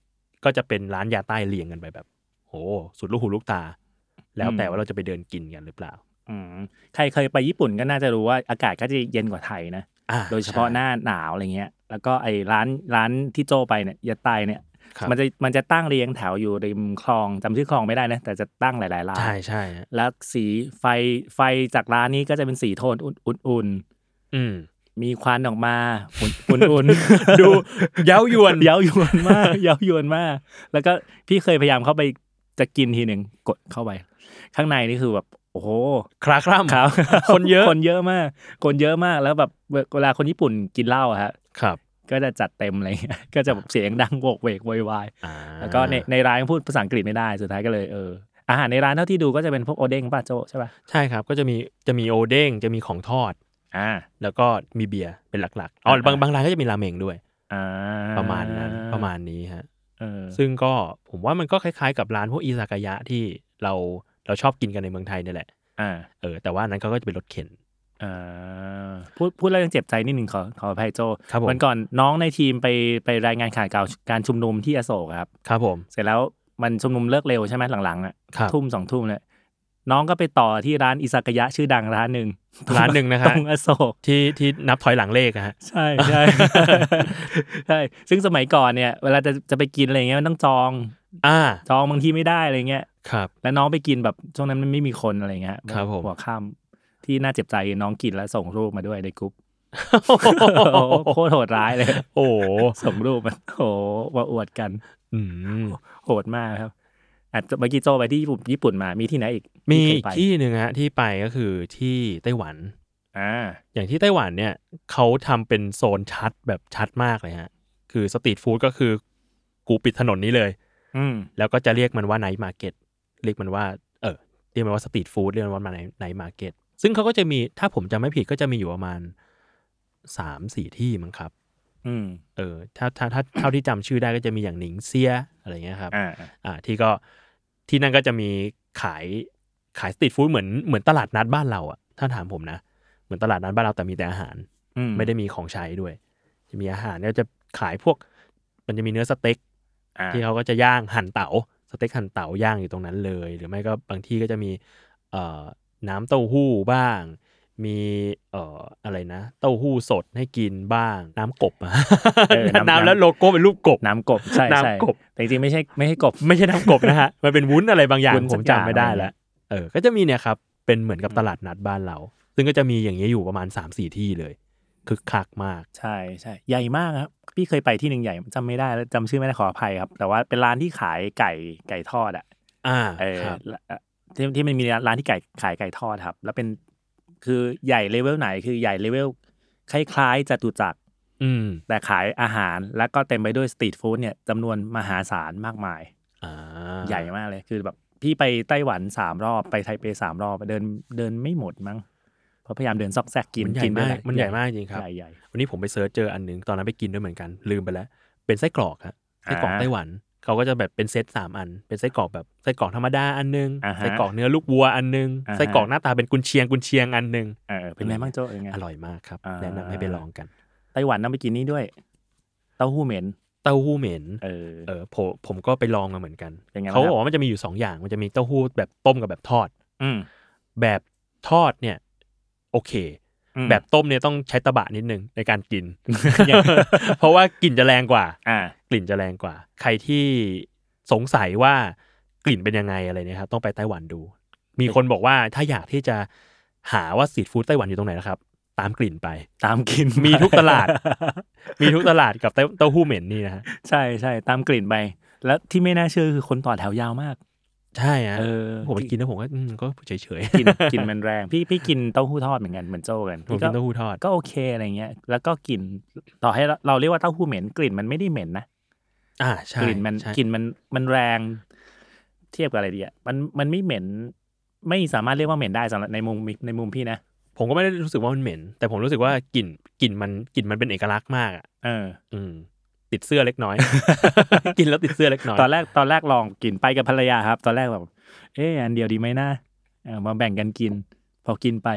ก็จะเป็นร้านยาใต้เรียงกันไปแบบโหสุดลูกหูลูกตา แล้วแต่ว่าเราจะไปเดินกินกันหรือเปล่า
อืมใครเคยไปญี่ปุ่นก็น่าจะรู้ว่าอากาศก็จะเย็นกว่าไทยนะ
อ่
โดยเฉพาะหน้าหนาวอะไรเงี้ย แล้วก็ไอ้ร้านร้านที่โจไปเนี่ยยาไตเนี่ย
ครับ
มันจะมันจะตั้งเรียงแถวอยู่ริมคลองจำชื่อคลองไม่ได้นะ แต่จะตั้งหลายๆร้าน
ใช่ใช่ฮะ
แล้วสีไฟไฟจากร้านนี้ก็จะเป็นสีโทนอุ่นๆอุ่น
อืม
ๆมีควันออกมาอุ่นๆอุ่น
ดูเย้ายวน
เย้ายวนมากเย้ายวนมาก แล้วก็พี่เคยพยายามเข้าไปจะกินทีหนึ่งกดเข้าไป ข้างในนี่คือแบบโอ้โห
คลาคร่ำ
ครับ
คนเยอะ
คนเยอะมาก คนเยอะมากแล้วแบบเวลาคนญี่ปุ่นกินเหล้าอะฮะ
ครับ
ก็จะจัดเต็มอะไรเงี้ย ก็จะแบบเสียงดังโวกเวกโวยวาย
อ่า
แล้วก็ในในร้านก็พูดภาษาอังกฤษไม่ได้ สุดท้ายก็เลยเออ อาหารในร้านเท่าที่ดูก็จะเป็นพวกโอเด้งป่ะโจใช่ป่ะ
ใช่ครับก็จะมีจะมีโอเด้งจะมีของทอด
อ่า
แล้วก็มีเบียร์เป็นหลักๆอ๋อ
อ่า
บางบางร้านก็จะมีราเมงด้วย
อ่า
ประมาณนั้นประมาณนี้ฮะ
เออ
ซึ่งก็ผมว่ามันก็คล้ายๆกับร้านพวกอิซากายะที่เราเราชอบกินกันในเมืองไทยนี่แหละ
อ่า
เออแต่ว่าอันนั้นเขาก็จะเป็นรถเข็น
อ่าพูดพูดแล้วยังเจ็บใจนิดหนึ่งขอขออภัยโจ
ครับผม
วันก่อนน้องในทีมไปไปรายงานข่าวการการชุมนุมที่อโศกครับ
ครับ ผม
เสร็จแล้วมันชุมนุมเลิกเร็วใช่ไหมหลังๆอ่ะ
ครับ
ทุ่มสองทุ่มเลยน้องก็ไปต่อที่ร้านอิซากายะชื่อดังร้านหนึ่ง
ร้านหนึ่งนะ
ตร
ฮะ
งอโศก
ที่ที่นับถอยหลังเลขอะฮะ
ใช่ใช่ ใช่ ซึ่งสมัยก่อนเนี่ย เวลาจะจะไปกินอะไรเงี้ยมันต้องจอง
อ่า
จองบางที่ไม่ได้อะไรเงี้ย
ครับ
แล้วน้องไปกินแบบช่วงนั้นมันไม่มีคนอะไรเงี้ย
ครับผม
หัวค่ำที่น่าเจ็บใจน้องกินแล้วส่งรูปมาด้วยในกลุ่ม โคตรโหดร้ายเลย
โอ้โห
ส่งรูปมาโอ้มาอวดกัน
อืม
โหดมากครับอาจจะเมื่อกี้โจไปที่ญี่ปุ่นญี่ปุ่นมามีที่ไหนอีก
มี
เค
อี
ย
ก
ไป
ที่หนึ่งฮะที่ไปก็คือที่ไต้หวัน
อ่า
อย่างที่ไต้หวันเนี่ยเขาทำเป็นโซนชัดแบบชัดมากเลยฮะ คือสตรีทฟู้ดก็คือกูปิดถนนนี้เลย
อืม
แล้วก็จะเรียกมันว่าไนท์มาร์เก็ตเรียกมันว่าเออเรียกมันว่าสตรีทฟู้ดเรียกมันว่าไนท์มาร์เก็ตซึ่งเขาก็จะมีถ้าผมจำไม่ผิดก็จะมีอยู่ประมาณสามสี่ที่มั้งครับ
อืม
เออถ้าถ้าถ้าเท่าที่จำชื่อได้ก็จะมีอย่างหนิงเซียอะไรเงี้ยครับ
อ่า
อ่าที่ก็ ที่นั่นก็จะมีขายขายสตรีทฟู้ดเหมือนเหมือนตลาดนัดบ้านเราอะถ้าถามผมนะ เหมือนตลาดนัดบ้านเราแต่มีแต่อาหาร
อื
ไม่ได้มีของใช้ด้วย จะมีอาหารแล้วจะขายพวก มันจะมีเนื้อสเต็ก
อ่า
ที่เขาก็จะย่างหั่นเตา๋าสเต็กหั่นเต๋าย่างอยู่ตรงนั้นเลย หรือไม่ก็บางที่ก็จะมีเอ่อน้ำเต้าหู้บ้าง มีเอ่ออะไรนะ เต้าหู้สดให้กินบ้าง น้ำกบอะ
เออ
น้ำแล้วโลโก้เป็นรูปกบ
น้ำกบใช่ใช่
น้ำกบ
แต่จริงๆไม่ใช่ไม่ใช่กบ
ไม่ใช่น้ำกบนะฮะ มันเป็นวุ้นอะไรบางอย่าง
วุ้นสั
ผ
ก
ม
อย่าง
จำไม่ได้แล้วเออ ก็จะมีเนี่ยครับ เป็นเหมือนกับตลาดนัดบ้านเรา ซึ่งก็จะมีอย่างนี้ยอยู่ประมาณ3ามสี่ที่เลยคึกคักมาก
ใช่ใช่ใหญ่มากครับพี่เคยไปที่หนึ่งใหญ่จำไม่ได้แล้วจำชื่อไม่ได้ขออภัยครับ แต่ว่าเป็นร้านที่ขายไก่ไก่ทอดอ่ะ
อ่า
เออ
ครับ
ละที่ที่มันมีร้านที่ไก่ขายไก่ทอดครับ แล้วเป็นคือใหญ่เลเวลไหนคือใหญ่เลเวลคล้ายๆจตุจักร
อืม
แต่ขายอาหารแล้วก็เต็มไปด้วยสตรีทฟู้ดเนี่ยจำนวนมหาศาลมากมาย
อ่า
ใหญ่มากเลยคือแบบพี่ไปไต้หวันสามรอบไปไทเปสามรอบเดินเดินไม่หมดมั้งเพราะพยายามเดินซอกแซกกิน
มันใหญ่
กิน
มา
ด้ว
ก
ยะ
มันใหญ่มากจริงครับ
ใหญ่ใหญ่
วันนี้ผมไปเซิร์ชเจออันหนึ่งตอนนั้นไปกินด้วยเหมือนกัน ลืมไปแล้ว เป็นไส้กรอกฮะไส้กรอก
อ่า
ไต้หวันเขาก็จะแบบเป็นเซตสามอัน เป็นไส้กรอกแบบไส้กรอกธรรมดาอันหนึง
อ่าฮะ
ไส้กรอกเนื้อลูกวัวอันหนึง
อ่าฮะ
ไส้กรอกหน้าตาเป็นกุนเชียงกุนเชียงอันหนึง
เออเป็นไงบ้างโจ้เป็นไง
อร่อยมากครับ
อ่า
แนะนำให้ไปลองกัน
ไต้หวันต้องไปกินนี่ด้วย เต้าหู้เหม็น
เต้าหู้เหม็น
เออ
เออผมผมก็ไปลองมาเหมือนกัน
เป็นไงบ้างครับ
เขาบอกว่ามันจะมีอยู่สองอย่างมันจะมีเต้าหู้แบบต้มกับแบบทอด
อืม
แบบทอดเนี่ย โอเค
อืม
แบบต้มเนี่ยต้องใช้ตะบะนิดนึงในการกิน อย่าง เพราะว่ากลิ่นจะแรงกว่า
อ่า
กลิ่นจะแรงกว่า ใครที่สงสัยว่ากลิ่นเป็นยังไงอะไรเนี่ยครับต้องไปไต้หวันดู มีคนบอกว่าถ้าอยากที่จะหาว่าสตรีทฟู้ดไต้หวันอยู่ตรงไหนนะครับ ตามกลิ่นไป
ตามกิน
มีทุกต ลาด มีทุกตลาดกับเต้าเต้าหู้เหม็นนี่นะฮะ
ใช่ใช่ตามกลิ่นไป แล้วที่ไม่น่าเชื่อคือคนต่อแถวยาวมาก
ใช่ฮะ
เออ
ผมไปกินแล้วผมก็อืมก็เฉยๆ
กิน กินมันแรง พี่พี่กินเต้าหู้ทอดเหมือนกันเหมือนโจ้กัน
ผมกินเต้าหู้ทอด
ก็โอเคอะไรเงี้ย แล้วก็กลิ่นต่อให้เราเราเรียกว่าเต้าหู้เหม็นกลิ่นมันไม่ได้เหม็นนะ
อ่าใช่
กลิ่นมัน
ใช่
กลิ่นมันมันแรง เทียบกับอะไรดีอ่ะมันมันไม่เหม็น ไม่สามารถเรียกว่าเหม็นได้สำหรับในมุมในมุมพี่นะ
ผมก็ไม่ได้รู้สึกว่ามันเหม็น แต่ผมรู้สึกว่ากลิ่นกลิ่นมันกลิ่นมันเป็นเอกลักษณ์มากอ่ะ
เออ
อืม ติดเสื้อเล็ก น้อย กินแล้วติดเสื้อเล็กน้อย
ตอนแรกตอนแรกลองกินไปกับภรรยาครับ ตอนแรกแบบ เอออันเดียวดีไหมนะเออมาแบ่งกันกิน พอกินไป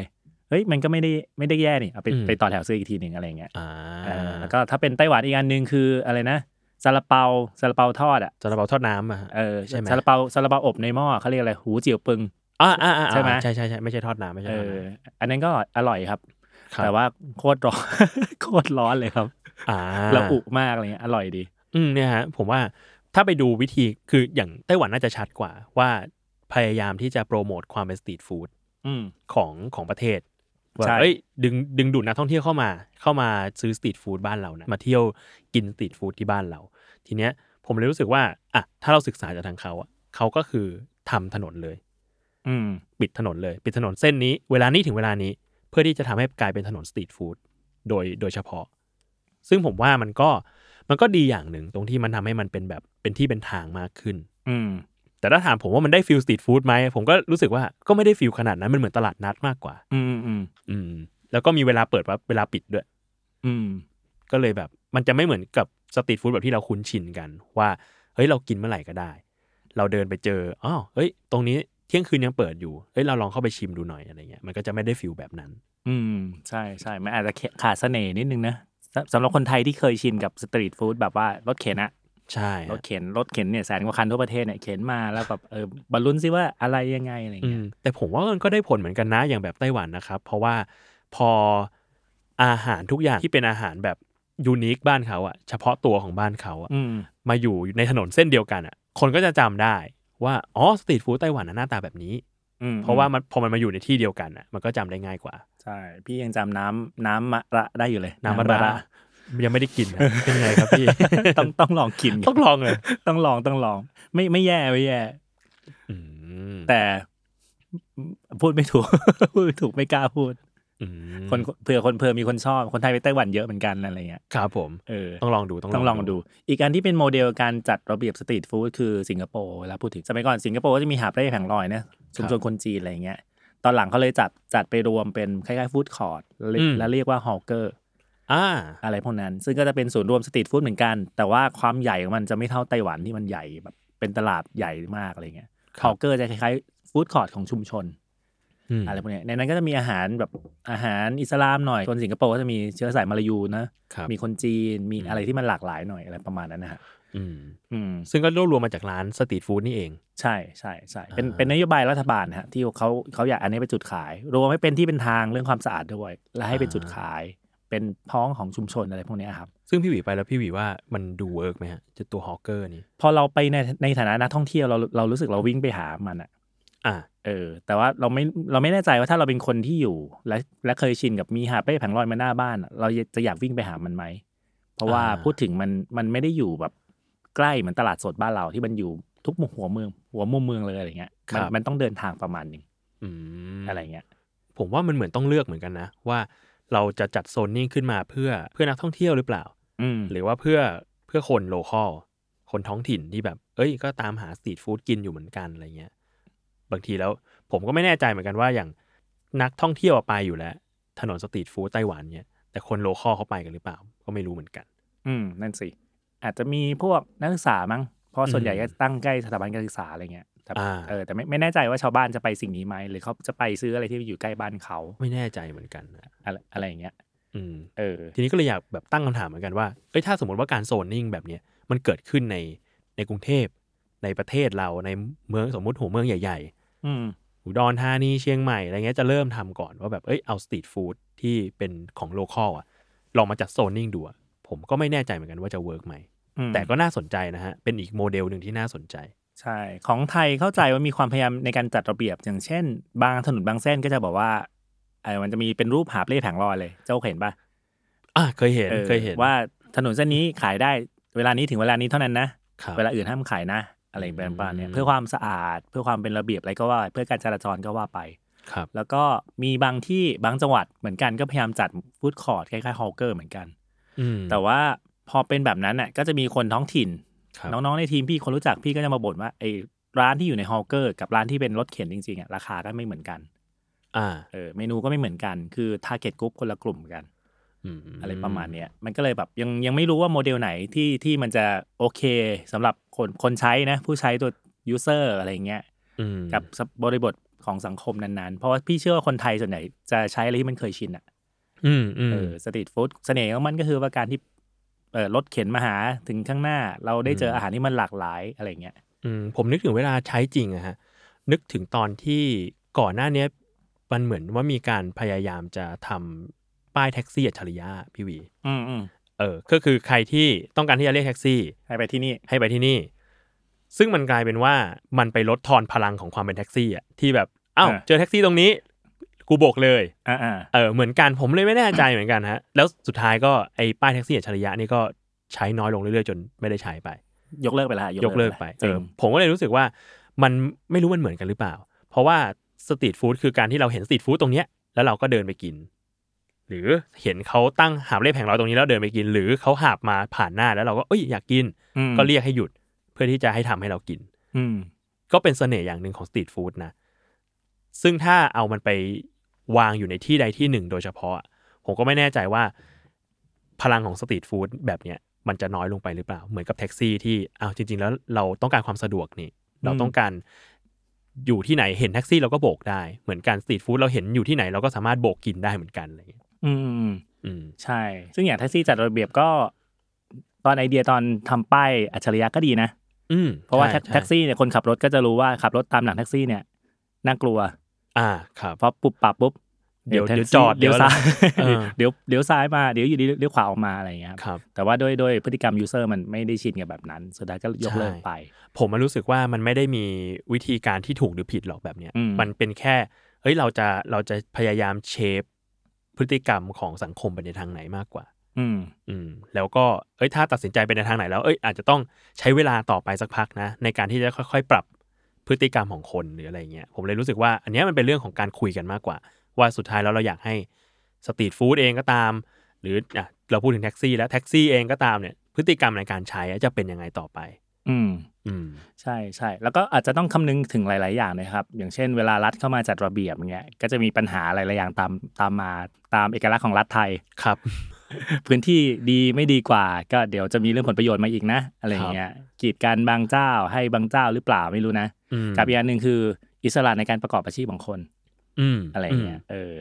เฮ้ยมันก็ไม่ได้ไม่ได้แย่นี่เอาไป
อืม
ไปต่อแถวซื้ออีกทีหนึ่งอะไรอย่างเงี้ย
อ่า
เออแล้วก็ถ้าเป็นไต้หวันอีกอันหนึ่งคืออะไรนะซาลาเปาซาลาเปาทอดอ่ะ
ซาลาเปาทอดน้ำอ่ะฮะ
เออ
ใช่ไหม
ซาลาเปาซาลาเปาอบในหม้อเขาเรียกอะไรหูเจียวปึง
อ่าอ่าอ่า
ใช่ไหม
ใช่ใช่ใช่ไม่ใช่ทอดน้ำไม่ใช่
เอ
ทอด
อ
น้
อันนั้นก็อร่อยครับ
ำครับ
แต่ว่าโคตรร้อน โคตรร้อนเลยครับ
อ่า
ระอุมากอะไรเงี้ยอร่อยดี
อืมเนี่ยฮะผมว่าถ้าไปดูวิธีคืออย่างไต้หวันน่าจะชัดกว่าว่าพยายามที่จะโปรโมทความเป็นสตรีทฟู้ด
อืม
ของของประเทศว่า
ใช่
เอ้ยดึงดึงดูดนักท่องเที่ยวเข้ามา เข้ามาซื้อสตรีทฟู้ดบ้านเรานะมาเที่ยวกินสตรีทฟู้ดที่บ้านเรา ทีเนี้ยผมเลยรู้สึกว่าอ่ะถ้าเราศึกษาจากทางเขาอ่ะเขาก็คือทำถนนเลย
อืม
ปิดถนนเลย ปิดถนนเส้นนี้ เวลานี้ถึงเวลานี้เพื่อที่จะทำให้กลายเป็นถนนสตรีทฟู้ดโดยโดยเฉพาะ ซึ่งผมว่ามันก็มันก็ดีอย่างหนึ่งตรงที่มันทำให้มันเป็นแบบเป็นที่เป็นทางมากขึ้น
อืม
แต่ถ้าถามผมว่ามันได้ฟิลสตรีทฟู้ดไหมผมก็รู้สึกว่าก็ไม่ได้ฟิลขนาดนั้นมันเหมือนตลาดนัดมากกว่า
อืมอืม
อืม แล้วก็มีเวลาเปิดว่าเวลาปิดด้วย
อืม
ก็เลยแบบมันจะไม่เหมือนกับสตรีทฟู้ดแบบที่เราคุ้นชินกัน ว่าเฮ้ยเรากินเมื่อไหร่ก็ได้ เราเดินไปเจออ๋อเฮ้ย ตรงนี้เที่ยงคืนยังเปิดอยู่เฮ้ยเราลองเข้าไปชิมดูหน่อยอะไรเงี้ยมันก็จะไม่ได้ฟิลแบบนั้น
อืม ใช่ใช่มันอาจจะขาดเสน่ห์นิดนึงนะสสำหรับคนไทยที่เคยชินกับสตรีทฟู้ดแบบว่ารถเข็นอะ
ใช่
ร
ฮะ
ถเข็นรถเข็นเนี่ยแสนกว่าคันทั่วประเทศเนี่ยเข็นมาแล้วแบบเออบรรลุนซิว่าอะไรยังไงอะไร
อื
เงี้ย
มแต่ผมว่ามันก็ได้ผลเหมือนกันนะอย่างแบบไต้หวันนะครับ เพราะว่าพออาหารทุกอย่างที่เป็นอาหารแบบยูนิคบ้านเขาอะเฉพาะตัวของบ้านเขาอะ
อืม
มาอยู่ในถนนเส้นเดียวกันอะคนก็จะจำได้ว่าอ๋อสตรีทฟู้ดไต้หวันน่ะหน้าตาแบบนี้
อืม
เพราะว่ามันพอมันมาอยู่ในที่เดียวกันอะมันก็จำได้ง่ายกว่า
ใช่ พี่ยังจำน้ำน้ำมะระได้อยู่เลย
น้ำมะระยังไม่ได้กิน นะเป็นไงครับพี่
ต้องต้องลองกิน
ต้องลองเลย
ต้องลองต้องลอง ไม่ไม่แย่ไม่แย่
อืม
แต่พูดไม่ถูก พูดไม่ถูกไม่กล้าพูด
อืม
คนเผื่อคนเผื่อมีคนชอบ คนไทยไปไต้หวันเยอะเหมือนกันอะไรเงี้ย
ครับผม
เออ
ต้องลองดู
ต้องลองดู อีกอันที่เป็นโมเดลการจัดระเบียบสตรีทฟู้ดคือสิงคโปร์เวลาพูดถึงสมัยก่อนสิงคโปร์ก็จะมีหาบเร่แผงลอยนะชุมชนคนจีนอะไรเงี้ย ตอนหลังเขาเลยจัดจัดไปรวมเป็นคล้ายๆฟู้ดคอร์ทแล้วเรียกว่าฮอลเกอร์
อ่า
อะไรพวกนั้น ซึ่งก็จะเป็นศูนย์รวมสตรีทฟู้ดเหมือนกัน แต่ว่าความใหญ่ของมันจะไม่เท่าไต้หวันที่มันใหญ่แบบเป็นตลาดใหญ่มากอะไรเงี้ย คอเกอร์จะคล้ายๆฟู้ดคอร์ทของชุมชน
อืม
อะไรพวกเนี้ยในนั้นก็จะมีอาหารแบบอาหารอิสลามหน่อยคนสิงคโปร์ก็จะมีเชื้อสายมาลายูนะครับ มีคนจีนมีอะไรที่มันหลากหลายหน่อยอะไรประมาณนั้นนะฮะ
อืม
อืม
ซึ่งก็รวบรวมมาจากร้านสตรีทฟู้ดนี่เอง
ใช่ใช่ใช่เป็น
อ่า
เป็นนโยบายรัฐบาลนะฮะที่เขาเขาอยากอันนี้เป็นจุดขาย รวมให้เป็นที่เป็นทางเรื่องความสะอาดด้วย และให้เป็นจุดขาย เป็นพ้องของชุมชนอะไรพวกเนี้ยครับ
ซึ่งพี่หวีไปแล้วพี่หวีว่ามันดูเวิร์กไหมฮะจะตัวฮอเกอร์นี่
พอเราไปในในฐานะนักท่องเที่ยวเราเรารู้สึกเราวิ่งไปหามันอะ
อ่า
เออ แต่ว่าเราไม่เราไม่แน่ใจว่าถ้าเราเป็นคนที่อยู่ และและเคยชินกับมีหาเป้แผงลอยมาหน้าบ้านอะเราจะอยากวิ่งไปหามันไหมเพราะว่า
อ่า
พูดถึงมันมันไม่ได้อยู่แบบใกล้เหมือนตลาดสดบ้านเราที่มันอยู่ทุกมุมหัวเมือง หัวมุมเมืองเลยอะไรเงี้ยมันมันต้องเดินทางประมาณหนึ่ง
อืม
อะไรเงี้ย
ผมว่ามันเหมือนต้องเลือกเหมือนกันนะ ว่าเราจะจัดโซนนิ่งขึ้นมาเพื่อเพื่อนักท่องเที่ยวหรือเปล่า
อืม
หรือว่าเพื่อเพื่อคนโลคอลคนท้องถิ่นที่แบบ เอ้ยก็ตามหาสตรีทฟู้ดกินอยู่เหมือนกันอะไรเงี้ยบางทีแล้วผมก็ไม่แน่ใจเหมือนกันว่าอย่างนักท่องเที่ยวอะไปอยู่แล้ว ถนนสตรีทฟู้ดไต้หวันเนี่ยแต่คนโลคอลเขาไปกันหรือเปล่า ก็ไม่รู้เหมือนกัน
อืมนั่นสิ อาจจะมีพวกนักศึกษามั้งเพราะส่วนใหญ่
อืม
ก็ตั้งใกล้สถาบันการศึกษาอะไรเงี้ยแต่
อ่า
เออแต่ไม่ไม่แน่ใจว่าชาวบ้านจะไปสิ่งนี้ไหมหรือเขาจะไปซื้ออะไรที่อยู่ใกล้บ้านเขา
ไม่แน่ใจเหมือนกันนะ
อะไรอะไรอย่างเงี้ย
อืม
เออ
ทีนี้ก็เลยอยากแบบตั้งคำถามเหมือนกันว่า เอ้ยถ้าสมมติว่าการโซนนิ่งแบบเนี้ยมันเกิดขึ้นในในกรุงเทพในประเทศเราในเมืองสมมุติหัวเมืองใหญ่
อืม
ๆอุดรธานีเชียงใหม่อะไรเงี้ยจะเริ่มทำก่อนว่าแบบเอ้ยเอาสตรีทฟู้ดที่เป็นของโลคอลอะลองมาจัดโซนนิ่งดูอะผมก็ไม่แน่ใจเหมือนกันว่าจะเวิร์กไหม
อืม
แต่ก็น่าสนใจนะฮะ เป็นอีกโมเดลหนึ่งที่น่าสนใจ
ใช่ ของไทยเข้าใจว่ามีความพยายามในการจัดระเบียบ อย่างเช่น บางถนนบางเส้นก็จะบอกว่าไอ้มันจะมีเป็นรูปหาบเล่แผงลอยเลย เจ้าเห็นปะ
อ่ะเคยเห็น
ออ
เคยเห็น
ว่าถนนเส้นนี้ขายได้เวลานี้ถึงเวลานี้เท่านั้นนะ
ครับ
เวลาอื่นห้ามขายนะ อะไรแบบประมาณเนี้ย
อืม
เพื่อความสะอาด เพื่อความเป็นระเบียบอะไรก็ว่าไปเพื่อการจราจรก็ว่าไป
ครับ
แล้วก็มีบางที่บางจังหวัดเหมือนกันก็พยายามจัดฟู้ดคอร์ทคล้ายๆฮอลเกอร์เหมือนกัน
อืม
แต่ว่าพอเป็นแบบนั้นน่ะก็จะมีคนท้องถิ่น
ครับ
น้องๆในทีมพี่คนรู้จักพี่ก็จะมาบ่นว่าไอ้ร้านที่อยู่ในฮอลเกอร์กับร้านที่เป็นรถเข็นจริงๆอ่ะราคาก็ไม่เหมือนกัน
อ่า
เออเมนูก็ไม่เหมือนกันคือทาร์เก็ตกลุ่มคนละกลุ่มกัน
ม
อะไรประมาณเนี้ยมันก็เลยแบบยังยังไม่รู้ว่าโมเดลไหนที่ที่มันจะโอเคสำหรับคนคนใช้นะผู้ใช้ตัวยูเซอร์อะไรเงี้ย
อืม
กับบริบทของสังคมนั้นๆ เพราะว่าพี่เชื่อว่าคนไทยส่วนใหญ่จะใช้อะไรที่มันเคยชินอะ
อืมอืม
เออสตรีทฟู้ดเสน่ห์ของมันก็คือว่าการที่เออรถเข็นมาหาถึงข้างหน้า เราได้เจ
ม
ออาหารที่มันหลากหลายอะไรเงี้ย
อืมผมนึกถึงเวลาใช้จริงอะฮะ นึกถึงตอนที่ก่อนหน้าเนี้ยมันเหมือนว่ามีการพยายามจะทำป้ายแท็กซี่อัจฉริยะพี่หวี
อืมอืม
เออ ก็คือใครที่ต้องการที่จะเรียกแท็กซี่
ให้ไปที่นี่
ให้ไปที่นี่ ซึ่งมันกลายเป็นว่ามันไปลดทอนพลังของความเป็นแท็กซี่อะที่แบบ เอ้า
อ่า
เจอแท็กซี่ตรงนี้ กูโบกเลย
อ่าอ่า
เออ เหมือนกัน ผมเลยไม่แน่ใจเหมือนกันฮะ แล้วสุดท้ายก็ไอ้ป้ายแท็กซี่อัจฉริยะนี่ก็ใช้น้อยลงเรื่อยๆจนไม่ได้ใช้ไป
ยกเลิกไปละ
ยกเลิกไป
จ
เอ
ริ
อง ผมก็เลยรู้สึกว่ามันไม่รู้มันเหมือนกันหรือเปล่า เพราะว่าสตรีทฟู้ดคือการที่เราเห็นสตรีทฟู้ดตรงเนี้ยแล้วเราก็เดินไปกิน หรือเห็นเขาตั้งหาบเล่แผงลอยตรงนี้แล้วเดินไปกิน หรือเขาหาบมาผ่านหน้าแล้วเราก็เอ้ยอยากกิน
ม
ก็เรียกให้หยุดเพื่อที่จะให้ทำให้เรากิน
อืม
ก็เป็นเสน่ห์อย่างหนึ่งของสตรีทฟู้ดนะ ซึ่งถ้าเอามันไปวางอยู่ในที่ใดที่หนึ่งโดยเฉพาะอะผมก็ไม่แน่ใจว่า พลังของสตรีทฟู้ดแบบเนี้ยมันจะน้อยลงไปหรือเปล่า เหมือนกับแท็กซี่ที่เอาจริง ๆ แล้วเราต้องการความสะดวกนี่ เราต้องการอยู่ที่ไหนเห็นแท็กซี่เราก็โบกได้ เหมือนการสตรีทฟู้ดเราเห็นอยู่ที่ไหนเราก็สามารถโบกกินได้เหมือนกันอะไรอย่างเงี้ย
อืมอืมอืม
อืม
ใช่ ซึ่งอย่างแท็กซี่จัดระเบียบก็ ตอนไอเดียตอนทำป้ายอัจฉริยะก็ดีนะ
อืม
เพราะว่า
ใช่
แท็
ใช่
กแท็กซี่เนี่ยคนขับรถก็จะรู้ว่าขับรถตามหลังแท็กซี่เนี่ยน่ากลัว
อ่าครับ
เพราะปุบปับปุ๊บ
เดี๋ยว
แท็กซี่
เดี๋ยวจอด
เดี๋ยว
เดี๋ยว
ซ้าย
เออ
เดี๋ยวเดี๋ยวซ้ายมาเดี๋ยวอยู่ดีเดี๋ยวขวาออกมาอะไรอย่างเงี้ยครับ
ครับ
แต่ว่าด้วยด้วยพฤติกรรมยูเซอร์มันไม่ได้ชินกับแบบนั้น สุดท้ายก็ยกเลิก
ใช่
ไป
ผมมารู้สึกว่ามันไม่ได้มีวิธีการที่ถูกหรือผิดหรอกแบบเนี้ย
อืม
มันเป็นแค่เฮ้ยเราจะเราจะพยายามเชฟพฤติกรรมของสังคมไปในทางไหนมากกว่า
อืม
อืม แล้วก็เอ้ยถ้าตัดสินใจไปในทางไหนแล้วเอ้ยอาจจะต้องใช้เวลาต่อไปสักพักนะ ในการที่จะค่อยๆ ปรับพฤติกรรมของคนหรืออะไรเงี้ยผมเลยรู้สึกว่า อันเนี้ยมันเป็นเรื่องของการคุยกันมากกว่า ว่าสุดท้ายแล้วเราอยากให้สตรีทฟู้ดเองก็ตาม หรืออ่ะเราพูดถึงแท็กซี่แล้วแท็กซี่เองก็ตามเนี่ยพฤติกรรมในการใช้อะจะเป็นยังไงต่อไป
อืม
อืม
ใช่ใช่แล้วก็อาจจะต้องคำนึงถึงหลาย ๆ อย่างนะครับ อย่างเช่นเวลารัฐเข้ามาจัดระเบียบอย่างเงี้ยก็จะมีปัญหาหลาย ๆ อย่างตามตามมาตามเอกลักษณ์ของรัฐไทย
ครับ
พื้นที่ดีไม่ดีกว่า ก็เดี๋ยวจะมีเรื่องผลประโยชน์มาอีกนะ อะไรอย่างเงี้ยกีดกันบางเจ้าให้บางเจ้าหรือเปล่าไม่รู้นะ
อืม
กับอีกอันหนึ่งคืออิสระในการประกอบอาชีพของคน
อืม
อะไรอย่างเงี้ย เออ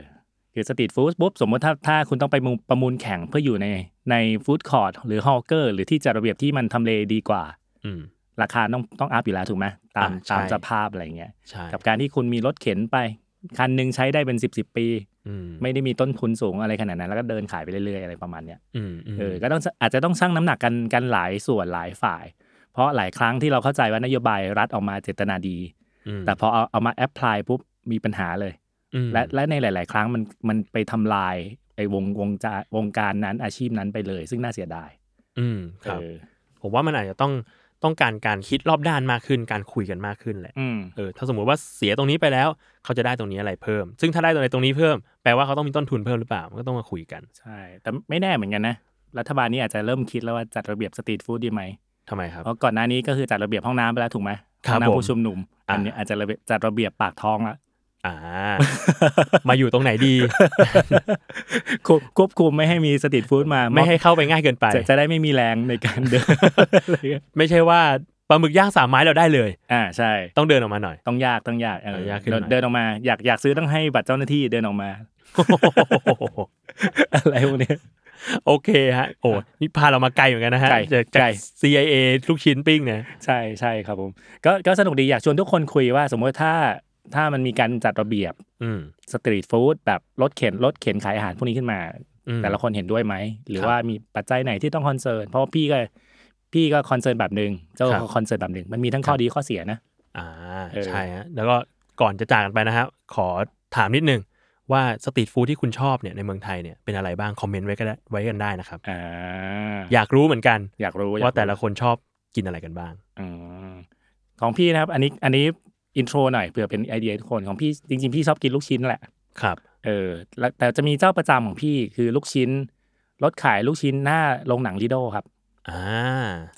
คือสตรีทฟู้ดปุ๊บ สมมติถ้าถ้าคุณต้องไปมูประมูลแข่งเพื่ออยู่ในในฟู้ดคอร์ทหรือฮอลเกอร์ หรือที่จัดระเบียบที่มันทำเลดีกว่า
อืม
ราคาต้องต้องอัพอยู่แล้วถูกไหมตาม
อ่าใช่
ตามสภาพอะไรอย่างเงี้ย
ใช่
กับการที่คุณมีรถเข็นไป คันหนึ่งใช้ได้เป็นสิบสิบปี
อืม
ไม่ได้มีต้นทุนสูงอะไรขนาดนั้น แล้วก็เดินขายไปเรื่อยๆอะไรประมาณเนี้ย
อืมอืม
เออ ก็ต้องอาจจะต้องชั่งน้ำหนักกันกันหลายส่วนหลายฝ่าย เพราะหลายครั้งที่เราเข้าใจว่านโยบายรัฐออกมาเจตนาดี
ม
แต่พอเอาเอามาแอพพลายปุ๊บมีปัญหาเลย
อืม
และและในหลาย ๆ ครั้งมันมันไปทำลายไอ้วงวงจาวงการนั้นอาชีพนั้นไปเลย ซึ่งน่าเสียดาย
อืมครับ
เออ
ผมว่ามันอาจจะต้องต้องการการคิดรอบด้านมากขึ้น การคุยกันมากขึ้นแหละ
อืม
เออถ้าสมมุติว่าเสียตรงนี้ไปแล้ว เขาจะได้ตรงนี้อะไรเพิ่ม ซึ่งถ้าได้ตรงไหนตรงนี้เพิ่มแปลว่าเขาต้องมีต้นทุนเพิ่มหรือเปล่ามันก็ต้องมาคุยกัน
ใช่ แต่ไม่แน่เหมือนกันนะ รัฐบาลนี้อาจจะเริ่มคิดแล้วว่าจัดระเบียบสตรีทฟู้ดดีไหม
ทำไมครับ
เพราะก่อนหน้านี้ก็คือจัดระเบียบห้องน้ำไปแล้วถูกไหม
ครับผม
ห้องน้ำผู้ชุมนุม
อ่า
อันนี้อาจจะระเบียบจัดระเบียบปากท้องละ
อ่า มาอยู่ตรงไหนดี
ควบควบคุมไม่ให้มีสตรีทฟู้ดมา
ไม่ให้เข้าไปง่ายเกินไป
จะจะได้ไม่มีแรงในการเดิน อะไรเงี้ย
ไม่ใช่ว่าปลาหมึกย่างสามไม้เราได้เลย
อ่าใช่
ต้องเดินออกมาหน่อย
ต้องยากต้องยากเออ
เออยากขึ้นหน่อย
เดินออกมาอยากอยากซื้อต้องให้บัตรเจ้าหน้าที่เดินออกมา อะไรพวกเนี้ย
โอเคฮะ โอ้นี่พาเรามาไกลเหมือนกันนะฮะ
ไกล
จาก
ไกล
จาก CIA ลูกชิ้นปิ้งเนี่ย
ใช่ใช่ครับผมก็ก็สนุกดีอยากชวนทุกคนคุยว่า สมมติถ้าถ้ามันมีการจัดระเบียบ
อืม
สตรีทฟู้ดแบบรถเข็นรถเข็นขายอาหารพวกนี้ขึ้นมา
อืม
แต่ละคนเห็นด้วยไหม หรือ
ครับ
ว่ามีปัจจัยไหนที่ต้องคอนเซิร์นเพราะว่าพี่ก็พี่ก็คอนเซิร์นแบบหนึ่งเจ้า
ครับ
ก็คอนเซิร์นแบบหนึ่งมันมีทั้งข้อดีข้อเสียนะ
อ่า
เออ
ใช่ฮะแล้วก็ก่อนจะจากกันไปนะฮะขอถามนิดนึง ว่าสตรีทฟู้ดที่คุณชอบเนี่ยในเมืองไทยเนี่ยเป็นอะไรบ้างคอมเมนต์ไว้ก็ได้ไว้กันได้นะครับ
อ่า
อยากรู้เหมือนกัน
อยากรู้อยกรู้
ว่าแต่ละคนชอบกินอะไรกันบ้าง
อืมของพี่นะครับ อันนี้อันนี้อินโทรหน่อยเผื่อเป็นไอเดียทุกคนของพี่จริงๆพี่ชอบกินลูกชิ้นแหละ
ครับ
เออแล้วแต่จะมีเจ้าประจำของพี่คือลูกชิ้นรถขายลูกชิ้นหน้าโรงหนังลีโดครับ
อ่า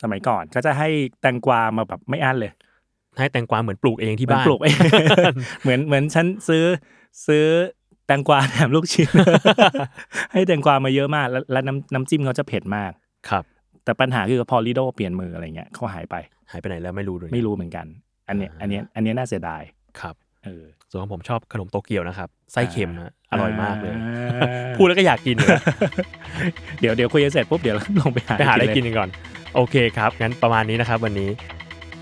สมัยก่อนก็จะให้แตงกวามาแบบไม่อั้นเลย
ให้แตงกวาเหมือนปลูกเองที่บ้าน
เหมือนปลูกเอง เหมือนเหมือนฉันซื้อซื้อแตงกวาแถมลูกชิ้น ให้แตงกวามาเยอะมากแล้วแล้วน้ำน้ำจิ้มเขาจะเผ็ดมาก
ครับ
แต่ปัญหาคือพอลีโดเปลี่ยนมืออะไรเงี้ยเขาหายไป
หายไปไหนแล้วไม่รู้ด้วย
ไม่รู้เหมือนกัน อันเนี้ยอันเนี้ยอันเนี้ยน่าเสียดาย
ครับ
เออ
ส่วนของผมชอบขนมโตเกียวนะครับไส้เค็มฮะอ
อ่า
ร่อยมากเลย
อ่า
พูดแล้วก็อยากกินเลย
เดี๋ยวเดี๋ยวคุยกันเสร็จปุ๊บเดี๋ยว ลงไปหา
ไปหาอะไรกิน
เล
กั
ย
นก่อน โอเคครับ งั้นประมาณนี้นะครับ วันนี้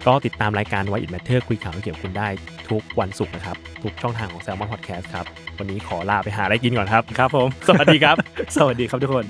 ก็ติดตามรายการ Why It Matter คุยข่าวให้เกี่ยวกับคุณได้ทุกวันศุกร์นะครับ ทุกช่องทางของ Salmon Podcast ครับ วันนี้ขอลาไปหาอะไรกินก่อนครับ
ครับผม
สวัสดีครับ
สวัสดีครับทุกคน